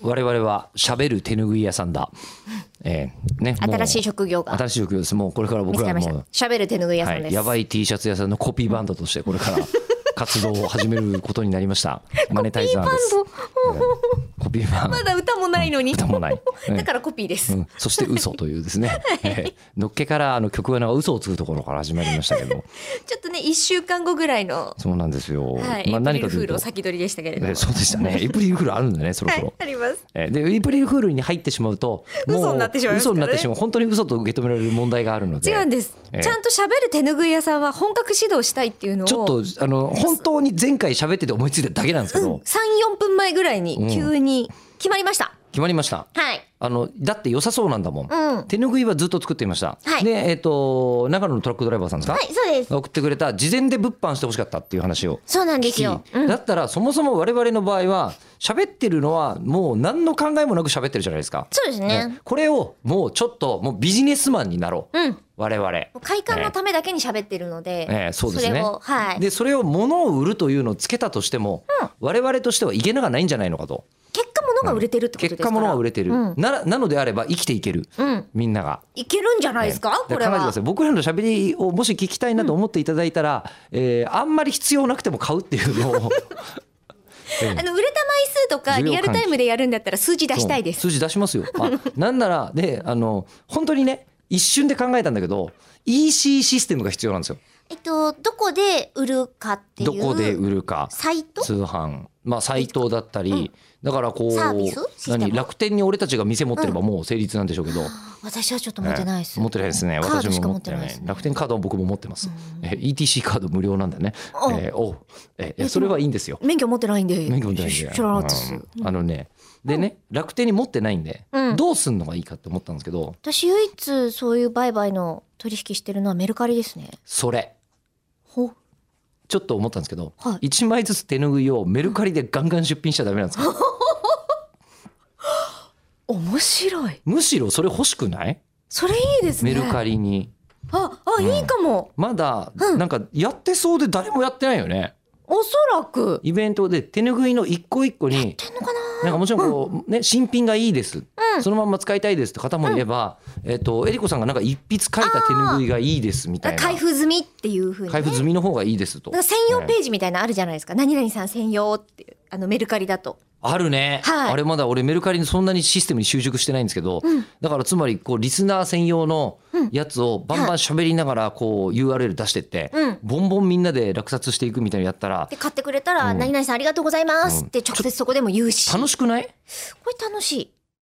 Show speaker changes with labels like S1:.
S1: 我々は喋る手拭い屋さんだ。えーね、もう
S2: 新しい職業が
S1: 新しい職業です。もうこれから
S2: 見
S1: 僕
S2: つ
S1: ら
S2: か
S1: は
S2: りまし
S1: もう
S2: た。喋る手ぬぐい屋
S1: は
S2: さんで
S1: い、
S2: す。
S1: やばい T シャツ屋さんのコピーバンドとしてこれから活動を始めることになりま したマネタイザーですコピーバンド
S2: まだ歌もないのに。
S1: 歌も ない、
S2: だからコピーです。
S1: うんうんそして嘘というです ね、ええのっけからあの曲穴が嘘をつくところから始まりましたけど
S2: ちょっとね一週間後ぐらいの、
S1: そうなんですよ、
S2: はい、
S1: まあ
S2: エイプリ
S1: 何
S2: ル
S1: かと
S2: フ
S1: い
S2: ー
S1: う
S2: ル
S1: と
S2: を先取りでしたけれども。
S1: えそうでしたねエイプリルフールあるんだねそろ
S2: は
S1: そろ
S2: い、、あります。
S1: えでエイプリルフールに入ってしまうともう
S2: 嘘になってしまいますか
S1: 嘘
S2: らね
S1: になってしまう本当に嘘と受け止められる問題があるので
S2: 違うんです。
S1: ええ
S2: ちゃんと喋る手ぬぐい屋さんは本格指導したいっていうのを。
S1: ちょっとあの本当に前回喋ってて思いついただけなんですけど、
S2: 三四分前ぐらいに急に決まりました。
S1: 決まりました
S2: はい。
S1: あのだって良さそうなんだもん、
S2: うん
S1: 手ぬぐいはずっと作っていました、
S2: はい
S1: でえっ、と長野のトラックドライバーさんですか、
S2: はい、そうです。
S1: 送ってくれた事前で物販してほしかったっていう話を
S2: そうなんですよ。うん
S1: だったらそもそも我々の場合は喋ってるのはもう何の考えもなく喋ってるじゃないですか、
S2: そうですね
S1: ね。これをもうちょっともうビジネスマンになろう、
S2: うん。
S1: 我々、
S2: 快感のためだけに喋ってるので、
S1: ええそうですね
S2: れをはい。
S1: でそれを物を売るというのをつけたとしても、我々としてはいけながないんじゃないのかと
S2: 結果物が売れてるってことです
S1: 結
S2: から。
S1: 果物は売れてる、
S2: うん。
S1: ならなのであれば生きていける、
S2: うん
S1: みんなが
S2: いけるんじゃないですか、
S1: ね
S2: こ
S1: だ
S2: れ
S1: から考えてく
S2: は
S1: ださい。僕らの喋りをもし聞きたいなと思っていただいたら、えーあんまり必要なくても買うっていう のを
S2: あの売れた枚数とか
S1: 需要喚起
S2: リアルタイムでやるんだったら数字出したいです。
S1: 数字出しますよあなんならであの本当にね一瞬で考えたんだけど EC システムが必要なんですよ
S2: えっとどこで売るかっていう
S1: どこで売るか
S2: サイト
S1: 通販まあサイトだったり、だからこ
S2: サービスシ
S1: う
S2: ステム
S1: 何楽天に俺たちが店持ってればもう成立なんでしょうけど、
S2: 私はちょっと持ってないです。
S1: 持ってないですね。
S2: カード
S1: 私
S2: しか
S1: も持
S2: 持っ
S1: ってて
S2: な
S1: ないい。
S2: ですね
S1: 楽天カードは僕も持ってます。え ETC カード無料なんでね。
S2: あ
S1: えーおええそれはいいんですよ。
S2: 免許持ってないんで。
S1: 免許持ってないんで
S2: 知らなかったです。
S1: うんあのね、でね、楽天に持ってないんで
S2: うん、
S1: どうすんのがいいかって思ったんですけど、
S2: 私唯一そういう売買の取引してるのはメルカリですね。
S1: それ。
S2: ほ
S1: ちょっと思ったんですけど、
S2: はい
S1: 一枚ずつ手拭いをメルカリでガンガン出品しちゃダメなんですか。
S2: 面白い。
S1: むしろそれ欲しくない？
S2: それいいです
S1: メ
S2: ね。
S1: ルカリに。
S2: あ、あ、いいかも。
S1: まだ
S2: うん
S1: なんかやってそうで誰もやってないよね。
S2: おそらく。
S1: イベントで手拭いの一個一個に
S2: やってんのかな。
S1: なんかもちろんこう、ね、新品がいいです、そのまんま使いたいですって方もいれば、えっとえりこさんがなんか一筆書いた手拭いがいいですみたいな
S2: 開封済みっていうふうに、ね。
S1: 開封済みの方がいいですと
S2: なんか専用ページみたいなのあるじゃないですか。何々さん専用っていうあのメルカリだと。
S1: あるね、
S2: はい
S1: あれまだ俺メルカリにそんなにシステムに習熟してないんですけど、だからつまりこうリスナー専用のやつをバンバン喋りながらこう URL 出してって、
S2: うん
S1: ボンボンみんなで落札していくみたいなのやったら
S2: で買ってくれたら、何々さんありがとうございますって直接そこでも言うし。
S1: 楽しくない
S2: これ楽しい。